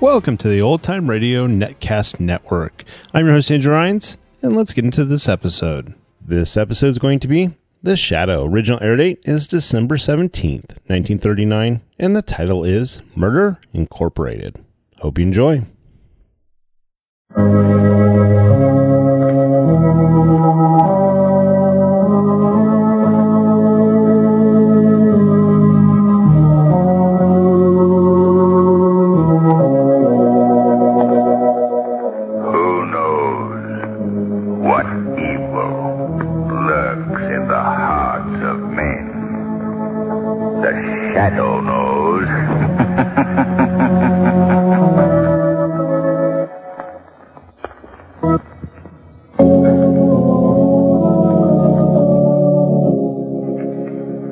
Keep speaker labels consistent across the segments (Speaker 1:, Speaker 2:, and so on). Speaker 1: Welcome to the Old Time Radio Netcast Network. I'm your host, Andrew Rhines, and let's get into this episode. This episode is going to be The Shadow. Original air date is December 17th, 1939, and the title is Murder Incorporated. Hope you enjoy.
Speaker 2: Who knows what evil lurks in the hearts of men? The shadow knows.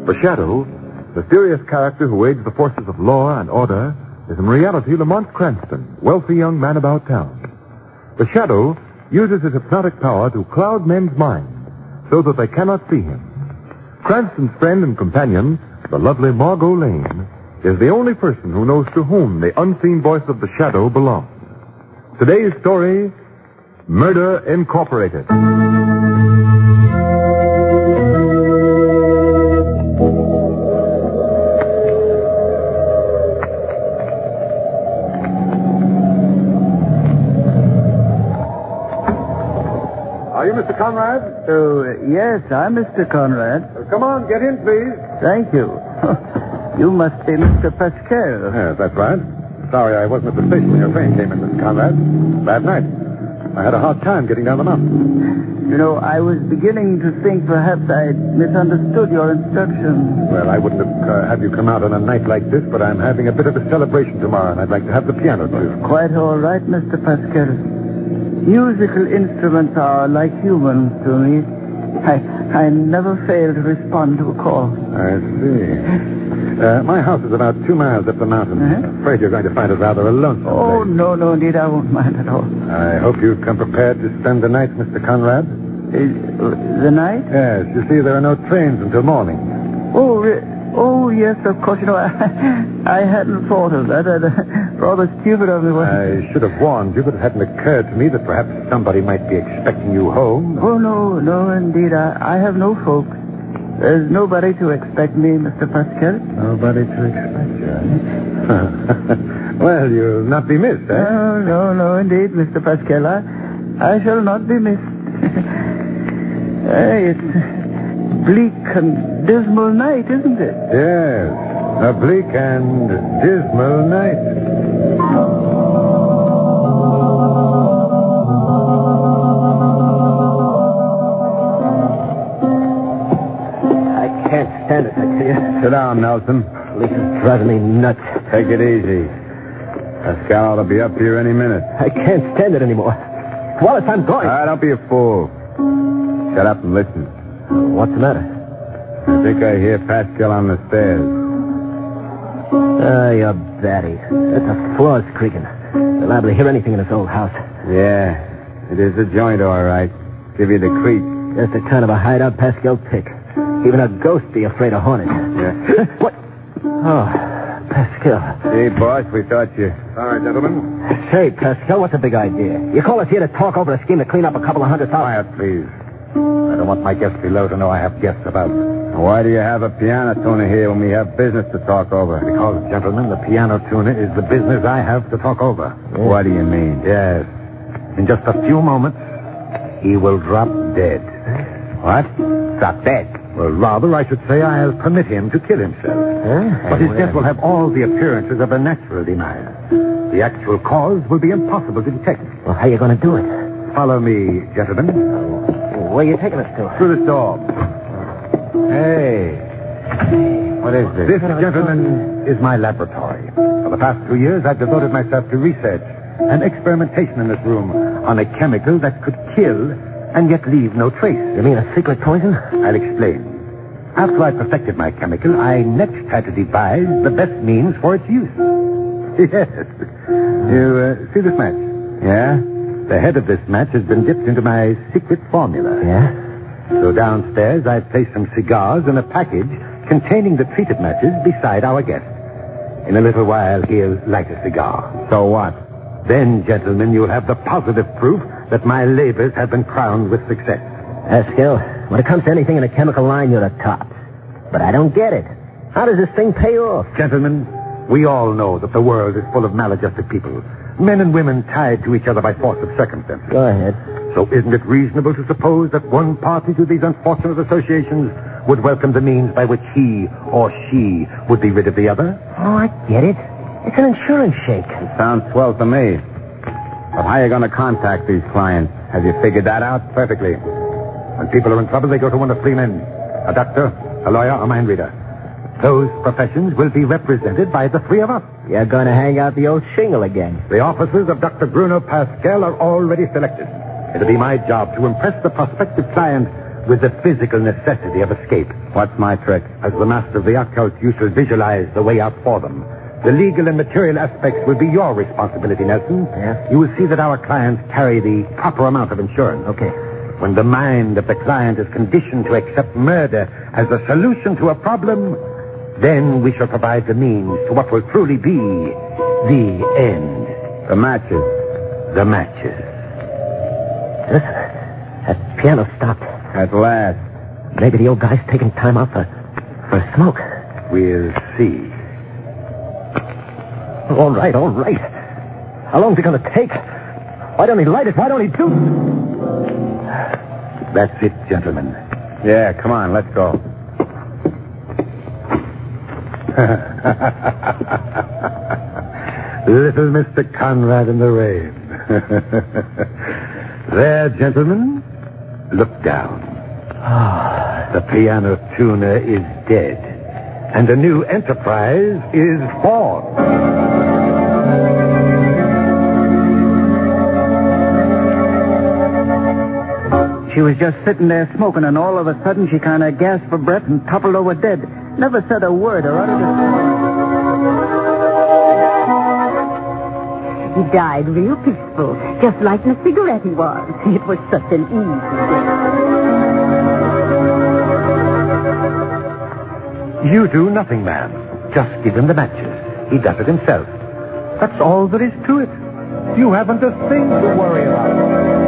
Speaker 3: The Shadow, the furious character who aids the forces of law and order, is in reality Lamont Cranston, wealthy young man about town. The Shadow uses his hypnotic power to cloud men's minds so that they cannot see him. Cranston's friend and companion, the lovely Margot Lane, is the only person who knows to whom the unseen voice of the Shadow belongs. Today's story, Murder Incorporated. Are you Mr. Conrad?
Speaker 4: Oh, yes, I'm Mr. Conrad.
Speaker 3: Come on, get in, please.
Speaker 4: Thank you. you must be Mr. Pascal.
Speaker 3: Yes, that's right. Sorry I wasn't at the station when your train came in, Mr. Conrad. Bad night. I had a hard time getting down the mountain.
Speaker 4: You know, I was beginning to think perhaps I misunderstood your instructions.
Speaker 3: Well, I wouldn't have uh, have you come out on a night like this, but I'm having a bit of a celebration tomorrow, and I'd like to have the piano too.
Speaker 4: Quite all right, Mr. Pascal. Musical instruments are like humans to me. I, I never fail to respond to a call.
Speaker 3: I see. Uh, my house is about two miles up the mountain.
Speaker 4: Uh-huh.
Speaker 3: I'm afraid you're going to find it rather a lonesome.
Speaker 4: Oh,
Speaker 3: place.
Speaker 4: no, no, indeed, I won't mind at all.
Speaker 3: I hope you've come prepared to spend the night, Mr. Conrad.
Speaker 4: Uh, the night?
Speaker 3: Yes, you see, there are no trains until morning.
Speaker 4: Oh, re- oh, yes, of course. You know, I, I hadn't thought of that. I'd, uh, rather stupid of me, wasn't it?
Speaker 3: I should have warned you, but it hadn't occurred to me that perhaps somebody might be expecting you home.
Speaker 4: Oh, no, no, indeed. I, I have no folks. There's nobody to expect me, Mr. Pascal.
Speaker 3: Nobody to expect you. well, you'll not be missed, eh?
Speaker 4: No, no, no, indeed, Mr. Pascal. I, I shall not be missed. Hey, it's bleak and dismal night, isn't it?
Speaker 3: Yes. A bleak and dismal night.
Speaker 5: I can't stand it, I tell you.
Speaker 3: Sit down, Nelson.
Speaker 5: Lisa's driving me nuts.
Speaker 3: Take it easy. Pascal will be up here any minute.
Speaker 5: I can't stand it anymore. Wallace, I'm going.
Speaker 3: Ah, don't be a fool. Shut up and listen.
Speaker 5: What's the matter?
Speaker 3: I think I hear Pascal on the stairs.
Speaker 5: Ah, you batty. That's a floor's creaking. They're liable to hear anything in this old house.
Speaker 3: Yeah, it is a joint, all right. Give you the creep.
Speaker 5: That's the kind of a hideout Pascal pick. Even a ghost be afraid of hornets.
Speaker 3: Yeah.
Speaker 5: What? Oh, Pascal.
Speaker 3: Hey, boss, we thought you. Sorry, gentlemen.
Speaker 5: Say, Pascal, what's the big idea? You call us here to talk over a scheme to clean up a couple of hundred thousand.
Speaker 3: Quiet, please. I don't want my guests below to know I have guests about. Why do you have a piano tuner here when we have business to talk over? Because, gentlemen, the piano tuner is the business I have to talk over. What do you mean? Yes. In just a few moments, he will drop dead. What? Drop dead? Well, rather, I should say I'll permit him to kill himself.
Speaker 5: Huh?
Speaker 3: But his death will have all the appearances of a natural demise. The actual cause will be impossible to detect.
Speaker 5: Well, how you going to do it?
Speaker 3: Follow me, gentlemen.
Speaker 5: Where you taking us to?
Speaker 3: Through the door. Hey. What is this? This, gentlemen, is my laboratory. For the past two years, I've devoted myself to research and experimentation in this room on a chemical that could kill and yet leave no trace.
Speaker 5: You mean a secret poison?
Speaker 3: I'll explain. After I perfected my chemical, I next had to devise the best means for its use. Yes. You uh, see this match? Yeah? The head of this match has been dipped into my secret formula.
Speaker 5: Yeah?
Speaker 3: So downstairs, I placed some cigars and a package containing the treated matches beside our guest. In a little while, he'll light a cigar.
Speaker 6: So what?
Speaker 3: Then, gentlemen, you'll have the positive proof that my labors have been crowned with success.
Speaker 4: Eskel, Uh, when it comes to anything in a chemical line, you're the top. But I don't get it. How does this thing pay off?
Speaker 3: Gentlemen, we all know that the world is full of maladjusted people, men and women tied to each other by force of circumstance.
Speaker 4: Go ahead.
Speaker 3: So isn't it reasonable to suppose that one party to these unfortunate associations would welcome the means by which he or she would be rid of the other?
Speaker 4: Oh, I get it. It's an insurance shake.
Speaker 3: Sounds swell to me. But how are you going to contact these clients? Have you figured that out? Perfectly. When people are in trouble, they go to one of three men. A doctor, a lawyer, a mind reader. Those professions will be represented by the three of us.
Speaker 4: You're going to hang out the old shingle again.
Speaker 3: The offices of Dr. Bruno Pascal are already selected. It'll be my job to impress the prospective client with the physical necessity of escape. What's my trick? As the master of the occult, you shall visualize the way out for them. The legal and material aspects will be your responsibility, Nelson.
Speaker 4: Yeah.
Speaker 3: You will see that our clients carry the proper amount of insurance.
Speaker 4: Okay.
Speaker 3: When the mind of the client is conditioned to accept murder as the solution to a problem, then we shall provide the means to what will truly be the end. The matches. The matches.
Speaker 4: Listen, that piano stopped.
Speaker 3: At last,
Speaker 4: Maybe the old guy's taking time out for, for a smoke.
Speaker 3: we'll see.
Speaker 4: All right, all right. How long's it going to take? Why don't he light it? Why don't he do...
Speaker 3: That's it, gentlemen. Yeah, come on, let's go. Little Mr. Conrad in the rain. there, gentlemen. Look down. The piano tuner is dead, and a new enterprise is born.
Speaker 7: She was just sitting there smoking, and all of a sudden she kind of gasped for breath and toppled over dead. Never said a word or uttered a...
Speaker 8: He died real peaceful, just like in a cigarette he was. It was such an easy death.
Speaker 3: You do nothing, ma'am. Just give him the matches. He does it himself. That's all there is to it. You haven't a thing to worry about.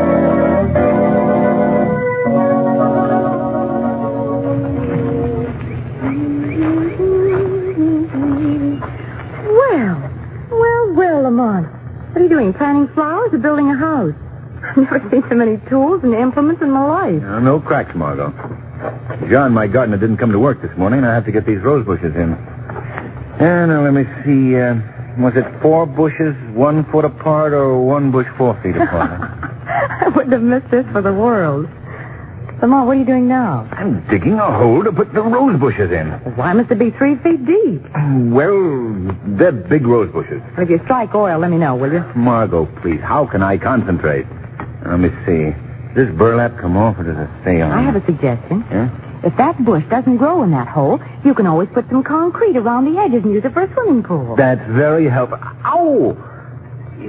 Speaker 8: Well, well, well, Lamont. What are you doing, planting flowers or building a house? I've never seen so many tools and implements in my life.
Speaker 3: no cracks, Margot. John, my gardener, didn't come to work this morning. I have to get these rose bushes in. Yeah, now let me see. Uh, was it four bushes, one foot apart, or one bush four feet apart?
Speaker 8: I wouldn't have missed this for the world. Lamont, what are you doing now?
Speaker 3: I'm digging a hole to put the rose bushes in.
Speaker 8: Why must it be three feet deep?
Speaker 3: Well, they're big rose bushes.
Speaker 8: Well, if you strike oil, let me know, will you?
Speaker 3: Margot, please, how can I concentrate? Uh, Let me see. Does this burlap come off or does it stay on?
Speaker 8: I have a suggestion.
Speaker 3: Yeah?
Speaker 8: If that bush doesn't grow in that hole, you can always put some concrete around the edges and use it for a swimming pool.
Speaker 3: That's very helpful. Ow!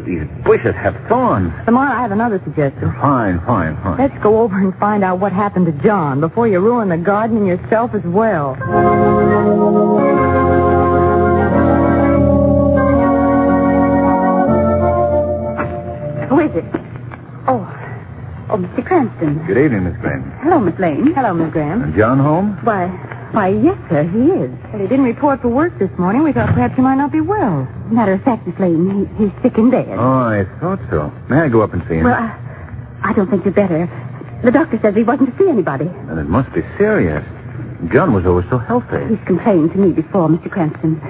Speaker 3: These bushes have thorns.
Speaker 8: Lamont, I have another suggestion.
Speaker 3: Fine, fine, fine.
Speaker 8: Let's go over and find out what happened to John before you ruin the garden and yourself as well. Who is it? Oh, oh, Mr. Cranston.
Speaker 3: Good evening, Miss Graham.
Speaker 8: Hello, Miss Lane. Hello, Miss Graham.
Speaker 3: John home?
Speaker 8: Why, why, yes, sir, he is. Well, he didn't report for work this morning. We thought perhaps he might not be well. Matter of fact, Miss Lane, he, he's sick in bed.
Speaker 3: Oh, I thought so. May I go up and see him?
Speaker 8: Well, I, I don't think you'd better. The doctor says he wasn't to see anybody.
Speaker 3: Then it must be serious. John was always so healthy.
Speaker 8: He's complained to me before, Mr. Cranston.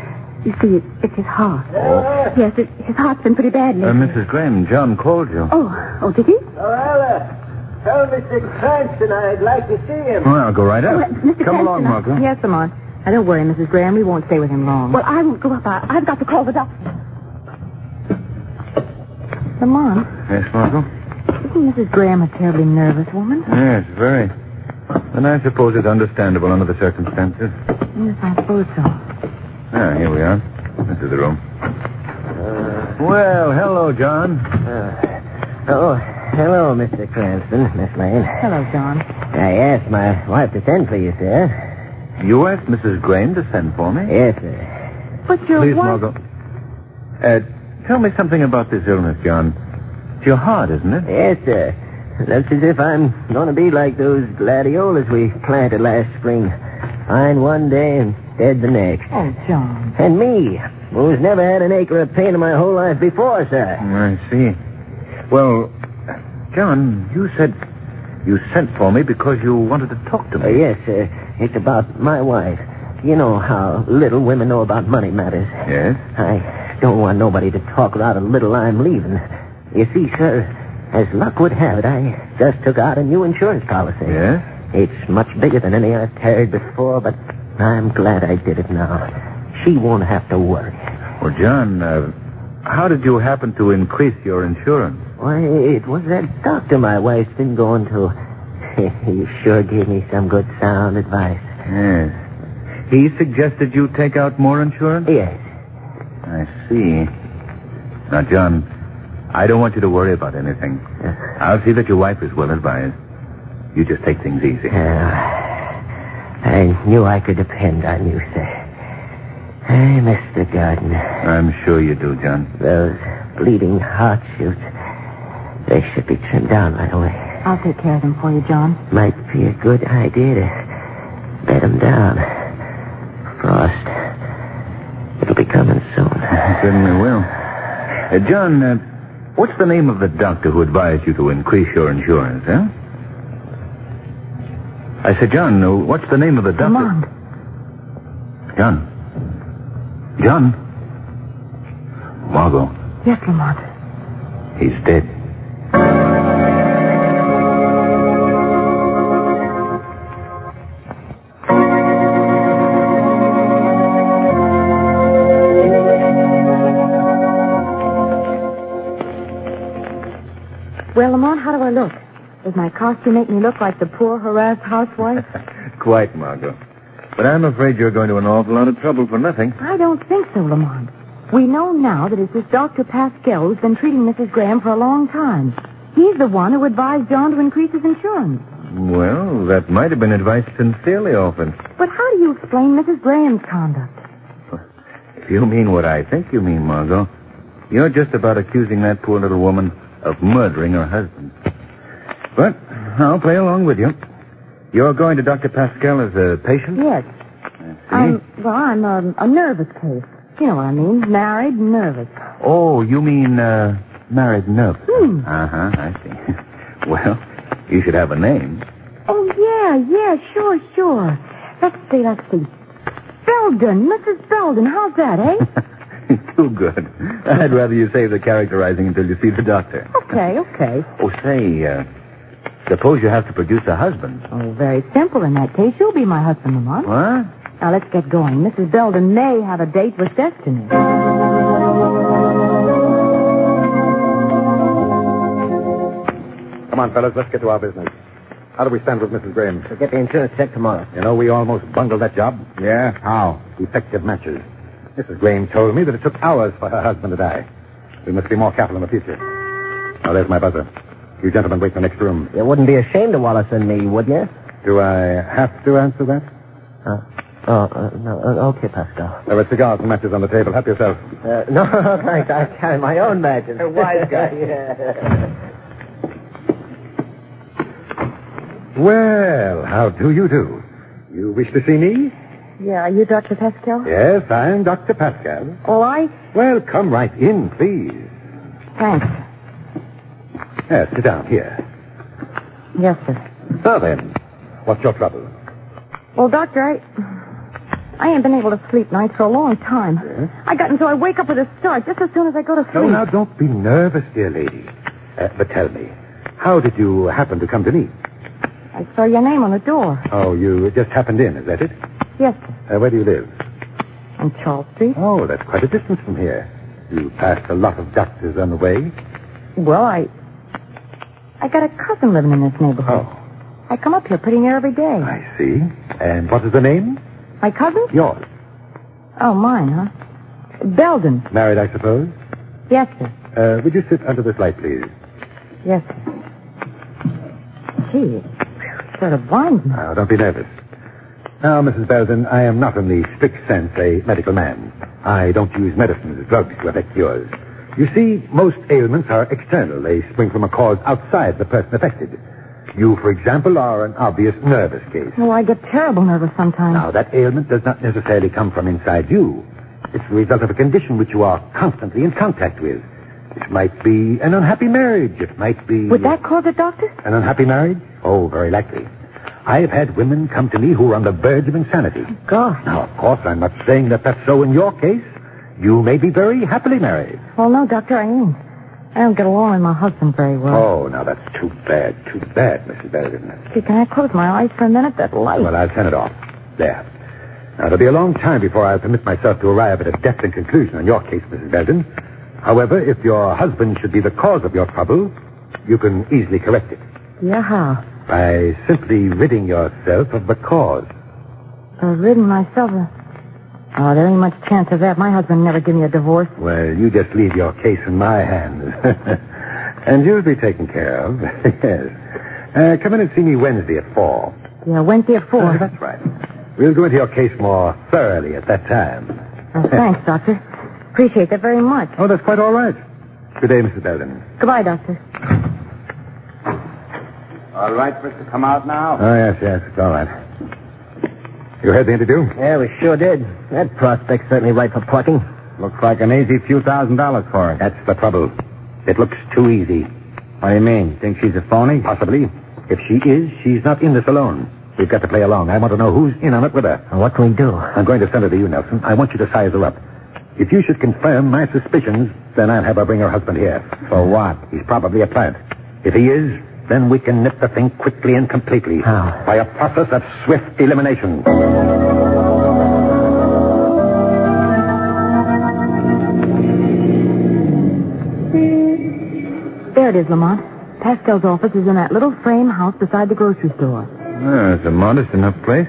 Speaker 8: You see, it, it's his heart.
Speaker 3: Oh.
Speaker 8: Yes, it, his heart's been pretty badly.
Speaker 3: Uh, Mrs. Graham, John called you.
Speaker 8: oh, oh, did he?
Speaker 4: Tell Mr. Cranston I'd like to see him.
Speaker 3: Well, I'll go right
Speaker 8: Oh, uh,
Speaker 3: up.
Speaker 8: Mr. Cranston,
Speaker 3: Come along,
Speaker 8: I-
Speaker 3: Margot.
Speaker 8: Yes, Lamont. Now, don't worry, Mrs. Graham. We won't stay with him long.
Speaker 9: Well, I won't go up. I, I've got to call the doctor.
Speaker 8: Lamont,
Speaker 3: Yes, Margot?
Speaker 8: isn't Mrs. Graham a terribly nervous woman?
Speaker 3: Yes, very. And I suppose it's understandable under the circumstances.
Speaker 8: Yes, I suppose so.
Speaker 3: Ah, here we are. This is the room. Well, hello, John.
Speaker 4: Oh, hello, Mr. Cranston, Miss Lane.
Speaker 8: Hello, John.
Speaker 4: I asked my wife to send for you, sir.
Speaker 3: You asked Mrs. Graham to send for me?
Speaker 4: Yes, sir.
Speaker 8: But your
Speaker 3: Please,
Speaker 8: wife...
Speaker 3: Margot. Uh, tell me something about this illness, John. It's your heart, isn't it?
Speaker 4: Yes, sir. That's as if I'm going to be like those gladiolas we planted last spring. Fine one day and dead the next.
Speaker 9: Oh, John.
Speaker 4: And me, who's never had an acre of pain in my whole life before, sir.
Speaker 3: I see. Well, John, you said you sent for me because you wanted to talk to
Speaker 4: Uh,
Speaker 3: me.
Speaker 4: yes, sir. It's about my wife. You know how little women know about money matters.
Speaker 3: Yes?
Speaker 4: I don't want nobody to talk about how little I'm leaving. You see, sir, as luck would have it, I just took out a new insurance policy.
Speaker 3: Yes?
Speaker 4: It's much bigger than any I've carried before, but I'm glad I did it now. She won't have to worry.
Speaker 3: Well, John, uh, how did you happen to increase your insurance?
Speaker 4: Why, it was that doctor my wife's been going to. he sure gave me some good sound advice.
Speaker 3: Yes. He suggested you take out more insurance?
Speaker 4: Yes.
Speaker 3: I see. Now, John, I don't want you to worry about anything. I'll see that your wife is well advised. You just take things easy.
Speaker 4: Yeah. I knew I could depend on you, sir. I miss the garden.
Speaker 3: I'm sure you do, John.
Speaker 4: Those bleeding heart shoots. They should be trimmed down right away.
Speaker 9: I'll take care of them for you, John.
Speaker 4: Might be a good idea to bed 'em down. Frost. It'll be coming soon.
Speaker 3: Certainly will. Uh, John, uh, what's the name of the doctor who advised you to increase your insurance, huh? I said, John, uh, what's the name of the doctor?
Speaker 9: Lamont.
Speaker 3: John. John. Margot,
Speaker 9: Yes, Lamont.
Speaker 3: he's dead.
Speaker 8: Well, Lamont, how do I look? Does my costume make me look like the poor, harassed housewife?
Speaker 3: Quite, Margot. But I'm afraid you're going to an awful lot of trouble for nothing.
Speaker 8: I don't think so, Lamont. We know now that it's this Dr. Pascal who's been treating Mrs. Graham for a long time. He's the one who advised John to increase his insurance.
Speaker 3: Well, that might have been advice sincerely offered.
Speaker 8: But how do you explain Mrs. Graham's conduct?
Speaker 3: If you mean what I think you mean, Margot, you're just about accusing that poor little woman of murdering her husband. But I'll play along with you. You're going to Dr. Pascal as a patient?
Speaker 8: Yes. I'm, well, I'm um, a nervous case. You know what I mean? Married, nervous.
Speaker 3: Oh, you mean uh, married nurse?
Speaker 8: Hmm.
Speaker 3: Uh-huh, I see. well, you should have a name.
Speaker 8: Oh, yeah, yeah, sure, sure. Let's see, let's see. Belden, Mrs. Belden, how's that, eh?
Speaker 3: Too good. I'd rather you save the characterizing until you see the doctor.
Speaker 8: okay, okay.
Speaker 3: Oh, say, uh, suppose you have to produce a husband.
Speaker 8: Oh, very simple in that case. You'll be my husband, Lamont.
Speaker 3: What?
Speaker 8: Now, let's get going. Mrs. Belden may have a date with destiny.
Speaker 3: Come on, fellas, let's get to our business. How do we stand with Mrs. Graham?
Speaker 4: We'll get the insurance check tomorrow.
Speaker 3: You know, we almost bungled that job. Yeah? How? Defective matches. Mrs. Graham told me that it took hours for her husband to die. We must be more careful in the future. Now, there's my buzzer. You gentlemen wait in the next room.
Speaker 4: You wouldn't be ashamed of Wallace and me, would you?
Speaker 3: Do I have to answer that?
Speaker 4: Uh, oh, uh, no, uh, okay, Pascal.
Speaker 3: There are cigars and matches on the table. Help yourself.
Speaker 4: Uh, no, thanks. I carry my own matches. A wise guy. yeah.
Speaker 3: Well, how do you do? You wish to see me?
Speaker 8: Yeah, are you Dr. Pascal?
Speaker 3: Yes, I'm Dr. Pascal.
Speaker 8: All right.
Speaker 3: Well, come right in, please.
Speaker 8: Thanks.
Speaker 3: Yes, sit down here.
Speaker 8: Yes, sir.
Speaker 3: Now then, what's your trouble?
Speaker 8: Well, doctor, I... I ain't been able to sleep nights for a long time. I got until I wake up with a start just as soon as I go to sleep.
Speaker 3: No, now don't be nervous, dear lady. Uh, but tell me, how did you happen to come to me?
Speaker 8: I saw your name on the door.
Speaker 3: Oh, you just happened in, is that it?
Speaker 8: Yes, sir.
Speaker 3: Uh, where do you live?
Speaker 8: On Charles Street.
Speaker 3: Oh, that's quite a distance from here. You passed a lot of doctors on the way.
Speaker 8: Well, I... Oh. I got a cousin living in this neighborhood.
Speaker 3: Oh.
Speaker 8: I come up here pretty near every day.
Speaker 3: I see. And what is the name?
Speaker 8: My cousin?
Speaker 3: Yours.
Speaker 8: Oh, mine, huh? Belden.
Speaker 3: Married, I suppose.
Speaker 8: Yes, sir.
Speaker 3: Uh, would you sit under this light, please?
Speaker 8: Yes, sir. Gee, it sort of blinds me.
Speaker 2: Ah,
Speaker 3: Now, don't be nervous. Now, Mrs. Belden, I am not in the strict sense a medical man.
Speaker 2: I don't use medicines, drugs, Levick, cures. You see, most ailments are external. They spring from a cause outside the person affected. You, for example, are an obvious nervous case.
Speaker 8: Oh, I get terrible nervous sometimes.
Speaker 2: Now, that ailment does not necessarily come from inside you. It's the result of a condition which you are constantly in contact with. It might be an unhappy marriage. It might be...
Speaker 8: Would that cause it, Doctor?
Speaker 2: An unhappy marriage? Oh, very likely. I've had women come to me who are on the verge of insanity.
Speaker 8: Gosh.
Speaker 2: Now, of course, I'm not saying that that's so in your case. You may be very happily married.
Speaker 8: Well, no, Doctor, I ain't. I don't get along with my husband very well.
Speaker 2: Oh, now that's too bad, too bad, Mrs. Barrett, isn't
Speaker 3: Oh.
Speaker 2: it?
Speaker 8: Gee, can I close my eyes for a minute? That light.
Speaker 2: Well, I'll turn it off. There. Now, it'll be a long time before I'll permit myself to arrive at a definite conclusion on your case, Mrs. Belden. However, if your husband should be the cause of your trouble, you can easily correct it
Speaker 8: Yeah, how?
Speaker 2: by simply ridding yourself of the cause.
Speaker 8: I've ridden myself. of- Oh, there ain't much chance of that. My husband never give me a divorce.
Speaker 2: Well, you just leave your case in my hands. and you'll be taken care of. yes. Uh, come in and see me Wednesday at 4.
Speaker 8: Yeah, Wednesday at four.
Speaker 2: Oh,
Speaker 3: Uh-huh.
Speaker 2: that's right. We'll go into your case more thoroughly at that time.
Speaker 8: Uh, thanks, Doctor. Appreciate that very much.
Speaker 2: Oh, that's quite all right. Good day, Mrs. Belden.
Speaker 8: Goodbye, Doctor.
Speaker 4: All right, Mister, come out now.
Speaker 2: Oh, yes, yes, it's all right. You had the interview?
Speaker 4: Yeah, we sure did. That prospect's certainly right for plucking.
Speaker 2: Looks like an easy few thousand dollars for it. That's the trouble. It looks too easy. What do you mean? Think she's a phony? Possibly. If she is, she's not in this alone. We've got to play along. I want to know who's in on it with her.
Speaker 4: What can we do?
Speaker 2: I'm going to send her to you, Nelson. I want you to size her up. If you should confirm my suspicions, then I'll have her bring her husband here. For what? He's probably a plant. If he is, then we can nip the thing quickly and completely.
Speaker 4: How?
Speaker 2: By a process of swift elimination.
Speaker 8: There it is, Lamont. Pascal's office is in that little frame house beside the grocery store.
Speaker 2: Ah, it's a modest enough place.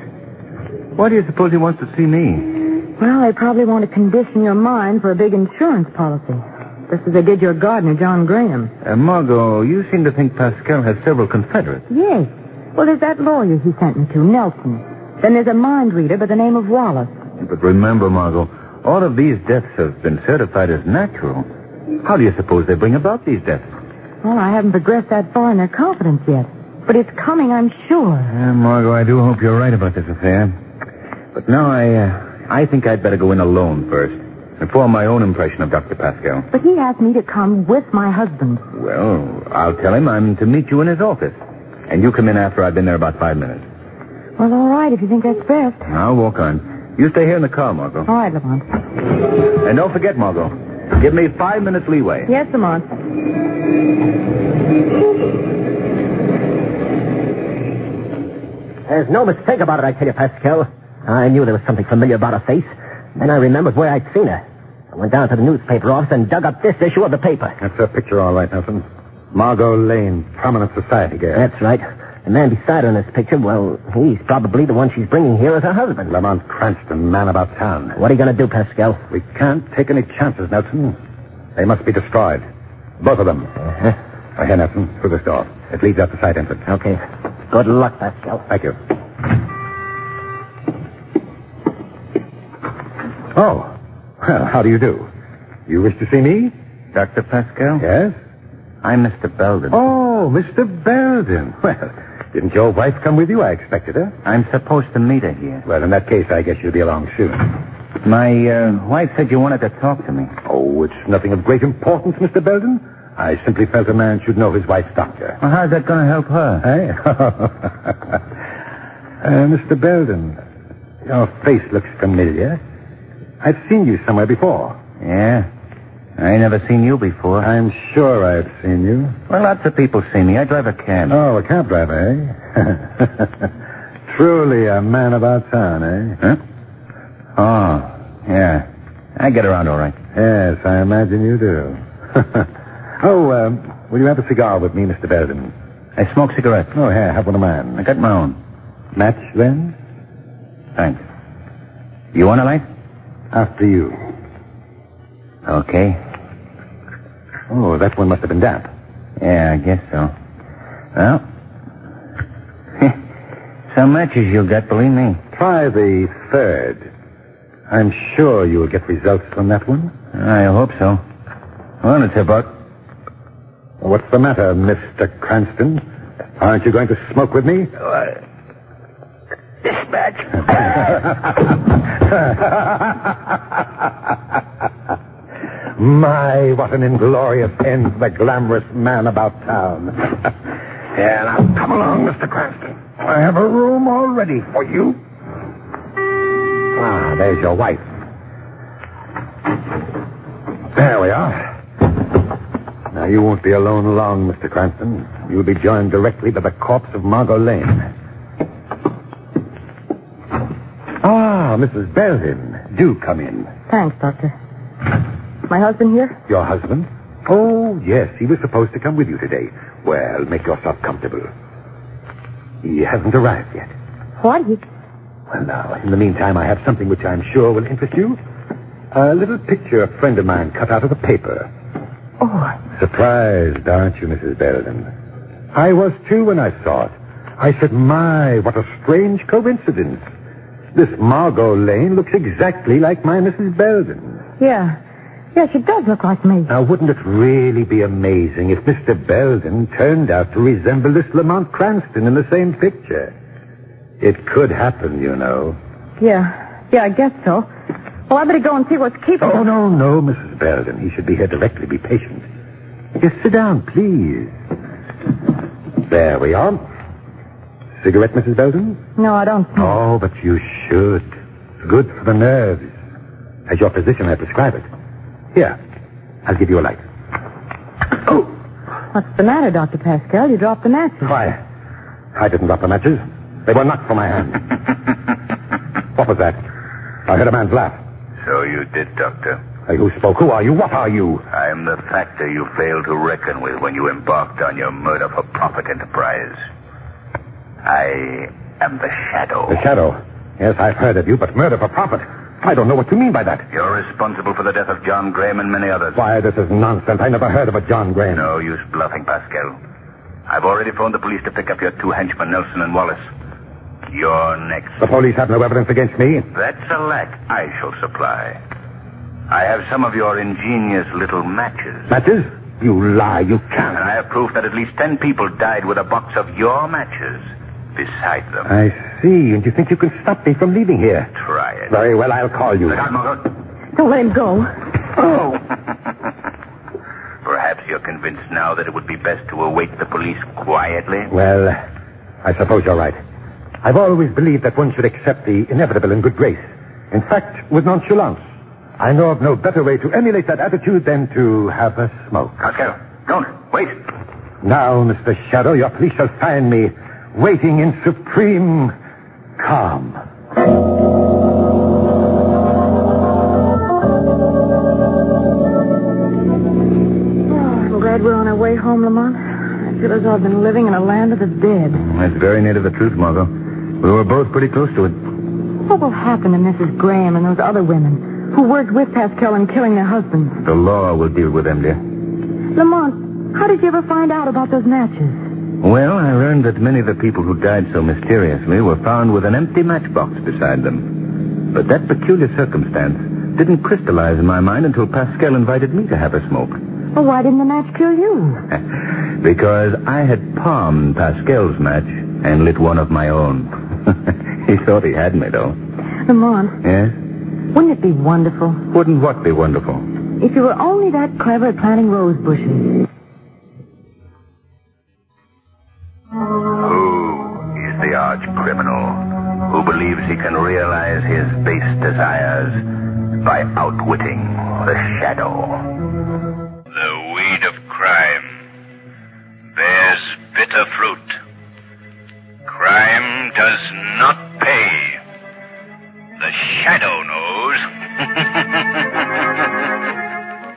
Speaker 2: Why do you suppose he wants to see me?
Speaker 8: Well, they probably want to condition your mind for a big insurance policy. Just as they did your gardener, John Graham.
Speaker 2: Uh, Margot, you seem to think Pascal has several confederates.
Speaker 8: Yes. Well, there's that lawyer he sent me to, Nelson. Then there's a mind reader by the name of Wallace.
Speaker 2: But remember, Margot, all of these deaths have been certified as natural. How do you suppose they bring about these deaths?
Speaker 8: Well, I haven't progressed that far in their confidence yet. But it's coming, I'm sure.
Speaker 2: Uh, Margot, I do hope you're right about this affair. But now I, uh, I think I'd better go in alone first and form my own impression of Dr. Pascal.
Speaker 8: But he asked me to come with my husband.
Speaker 2: Well, I'll tell him I'm to meet you in his office. And you come in after I've been there about five minutes.
Speaker 8: Well, all right, if you think that's best.
Speaker 2: I'll walk on. You stay here in the car, Margot.
Speaker 8: All right, Lamont.
Speaker 2: And don't forget, Margot, give me five minutes leeway.
Speaker 8: Yes, Lamont.
Speaker 4: There's no mistake about it, I tell you, Pascal. I knew there was something familiar about her face. Then I remembered where I'd seen her. I went down to the newspaper office and dug up this issue of the paper.
Speaker 2: That's her picture, all right, Nelson. Margot Lane, prominent society girl.
Speaker 4: That's right. The man beside her in this picture, well, he's probably the one she's bringing here as her husband.
Speaker 2: Lamont Cranston, man about town.
Speaker 4: What are you going to do, Pascal?
Speaker 2: We can't take any chances, Nelson. They must be destroyed. Both of them.
Speaker 4: Uh-huh.
Speaker 2: Uh, here, Nelson, through this door. It leads out the side entrance.
Speaker 4: Okay. Good luck, Pascal.
Speaker 2: Thank you. Oh. Well, how do you do? You wish to see me?
Speaker 4: Dr. Pascal?
Speaker 2: Yes?
Speaker 4: I'm Mr. Belden.
Speaker 2: Oh, Mr. Belden. Well, didn't your wife come with you? I expected her.
Speaker 4: I'm supposed to meet her here.
Speaker 2: Well, in that case, I guess you'll be along soon.
Speaker 4: My uh, wife said you wanted to talk to me.
Speaker 2: Oh, it's nothing of great importance, Mr. Belden. I simply felt a man should know his wife's doctor.
Speaker 4: Well, how's that going to help her?
Speaker 2: Hey? uh, Mr. Belden, your face looks familiar. I've seen you somewhere before.
Speaker 4: Yeah. I ain't never seen you before.
Speaker 2: I'm sure I've seen you.
Speaker 4: Well, lots of people see me. I drive a cab.
Speaker 2: Oh, a cab driver, eh? Truly a man about town, eh?
Speaker 4: Huh? Oh, yeah. I get around all right.
Speaker 2: Yes, I imagine you do. oh, um, will you have a cigar with me, Mr. Belden?
Speaker 4: I smoke cigarettes.
Speaker 2: Oh, here, have one of mine.
Speaker 4: I got my own.
Speaker 2: Match, then?
Speaker 4: Thanks. You want a light?
Speaker 2: After you.
Speaker 4: Okay.
Speaker 2: Oh, that one must have been damp.
Speaker 4: Yeah, I guess so. Well, some matches you got, believe me.
Speaker 2: Try the third.
Speaker 3: I'm sure you'll get results from that one. I hope so. On it, Herr Buck. What's the matter, Mr. Cranston? Aren't you going to smoke with me? My, what an inglorious end to the glamorous man about town. yeah, now come along, Mr. Cranston. I have a room all ready for you. Ah, there's your wife. There we are. Now, you won't be alone long, Mr. Cranston. You'll be joined directly by the corpse of Margot Lane. Ah, Mrs. Belden, do come in.
Speaker 8: Thanks, Doctor. My husband here?
Speaker 3: Your husband? Oh, yes, he was supposed to come with you today. Well, make yourself comfortable. He hasn't arrived yet.
Speaker 8: What? He...
Speaker 3: Well, now, in the meantime, I have something which I'm sure will interest you. A little picture a friend of mine cut out of the paper.
Speaker 8: Oh,
Speaker 3: Surprised, aren't you, Mrs. Belden? I was too when I saw it. I said, my, what a strange coincidence. This Margot Lane looks exactly like my Mrs. Belden.
Speaker 8: yeah. Yes, it does look like me.
Speaker 3: Now, wouldn't it really be amazing if Mr. Belden turned out to resemble this Lamont Cranston in the same picture? It could happen, you know.
Speaker 8: Yeah. Yeah, I guess so. Well, I better go and see what's keeping
Speaker 3: Oh,
Speaker 8: him.
Speaker 3: no, no, Mrs. Belden. He should be here directly. Be patient. Just sit down, please. There we are. Cigarette, Mrs. Belden?
Speaker 8: No, I don't.
Speaker 3: Oh, but you should. It's good for the nerves. As your physician, I prescribe it. Here, I'll give you a light. Oh,
Speaker 8: What's the matter, Dr. Pascal? You dropped the matches.
Speaker 3: Why? I didn't drop the matches. They were not for my hand. what was that? I heard a man's laugh.
Speaker 2: So you did, Doctor.
Speaker 3: Hey, who spoke? Who are you? What are you?
Speaker 2: I am the factor you failed to reckon with when you embarked on your murder for profit enterprise. I am the shadow.
Speaker 3: The shadow. Yes, I've heard of you, but murder for profit. I don't know what you mean by that.
Speaker 2: You're responsible for the death of John Graham and many others.
Speaker 3: Why, this is nonsense. I never heard of a John Graham.
Speaker 2: No use bluffing, Pascal. I've already phoned the police to pick up your two henchmen, Nelson and Wallace. You're next.
Speaker 3: The police have no evidence against me.
Speaker 2: That's a lack I shall supply. I have some of your ingenious little matches.
Speaker 3: Matches? You lie. You
Speaker 2: And
Speaker 3: can't.
Speaker 2: I have proof that at least ten people died with a box of your matches beside them.
Speaker 3: I see. And you think you can stop me from leaving here?
Speaker 2: Try it.
Speaker 3: Very well, I'll call you.
Speaker 2: Look out, Margot.
Speaker 8: Don't let him go.
Speaker 3: Oh!
Speaker 2: Perhaps you're convinced now that it would be best to await the police quietly.
Speaker 3: Well, I suppose you're right. I've always believed that one should accept the inevitable in good grace. In fact, with nonchalance. I know of no better way to emulate that attitude than to have a smoke.
Speaker 2: Pascal, don't. Wait.
Speaker 3: Now, Mr. Shadow, your police shall find me waiting in supreme calm.
Speaker 8: Oh, I'm glad we're on our way home, Lamont. I feel as though I've been living in a land of the dead.
Speaker 3: That's very near to the truth, Margot. We were both pretty close to it.
Speaker 8: What will happen to Mrs. Graham and those other women who worked with Pascal in killing their husbands?
Speaker 3: The law will deal with them, dear.
Speaker 8: Lamont, how did you ever find out about those matches?
Speaker 3: Well, I learned that many of the people who died so mysteriously were found with an empty matchbox beside them. But that peculiar circumstance didn't crystallize in my mind until Pascal invited me to have a smoke.
Speaker 8: Well, why didn't the match kill you?
Speaker 3: because I had palmed Pascal's match and lit one of my own. he thought he had me, though.
Speaker 8: Lamont,
Speaker 3: Yes?
Speaker 8: wouldn't it be wonderful
Speaker 3: Wouldn't what be wonderful?
Speaker 8: if you were only that clever at planting rose bushes?
Speaker 2: Who is the arch criminal who believes he can realize his base desires by outwitting the shadow? The weed of crime bears bitter fruit. Crime does not pay. The shadow knows.